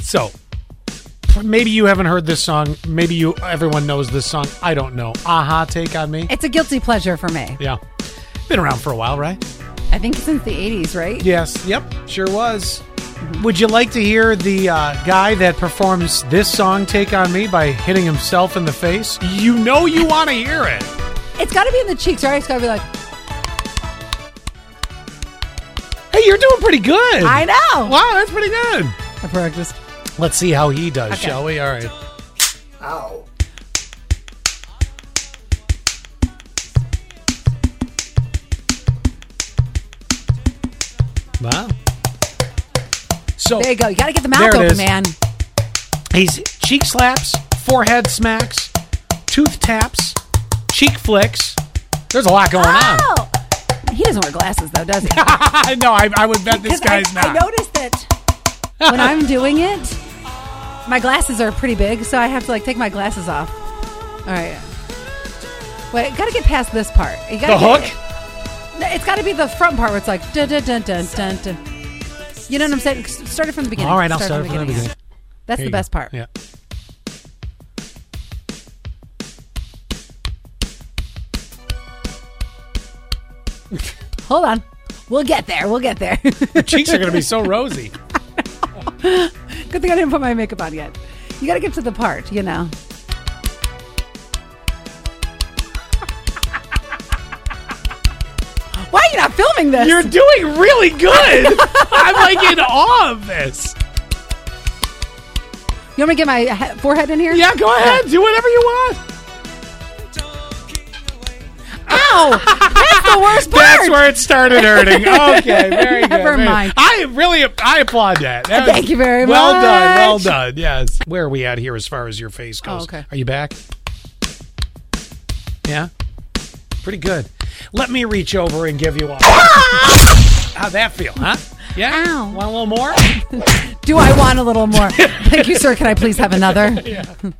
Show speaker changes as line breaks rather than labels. So maybe you haven't heard this song. Maybe you everyone knows this song. I don't know. Aha, take on me.
It's a guilty pleasure for me.
Yeah, been around for a while, right?
I think since the 80s, right?
Yes. Yep. Sure was. Would you like to hear the uh, guy that performs this song "Take on Me" by hitting himself in the face? You know you want to hear it.
It's got to be in the cheeks, right? It's got to be like,
Hey, you're doing pretty good.
I know.
Wow, that's pretty good.
I practiced.
Let's see how he does,
Okay.
shall we? All right.
Ow.
Wow. So
There you go. You got to get the mouth
There it
open,
is.
man.
he's cheek slaps, forehead smacks, tooth taps, cheek flicks. There's a lot going on.
Oh! He doesn't wear glasses, though, does he?
no, I, I would bet this
'Cause Oh. I,
guy's
I
not.
noticed that when I'm doing it, my glasses are pretty big, so I have to like take my glasses off. All right. Wait, gotta get past this part. You gotta
the
get-
hook?
No, It's gotta be the front part where it's like dun dun dun dun dun. dun. You know what I'm saying? Start it from the beginning.
All right, I'll start from the beginning. Here
That's the
you go.
best part.
Yeah.
Hold on. We'll get there. We'll get there. Good
Cheeks are going to be so rosy.
thing I didn't put my makeup on yet. You gotta get to the part, you know. Why are you not filming this?
You're doing really good. I'm like in awe of this.
You want me to get my he- forehead in here?
Yeah, go ahead. Do whatever you want.
Ow! That's the worst part.
That's where it started hurting. Okay, very good.
Never
very-
mind.
I really, I applaud that. That was-
Thank you very
well
much.
done. Well done. Yes. Where are we at here as far as your face goes?
Oh, okay.
Are you back? Yeah. Pretty good. Let me reach over and give you a. How'd that feel, huh? Yeah.
Ow.
Want a little more?
Do I want a little more? Thank you, sir. Can I please have another?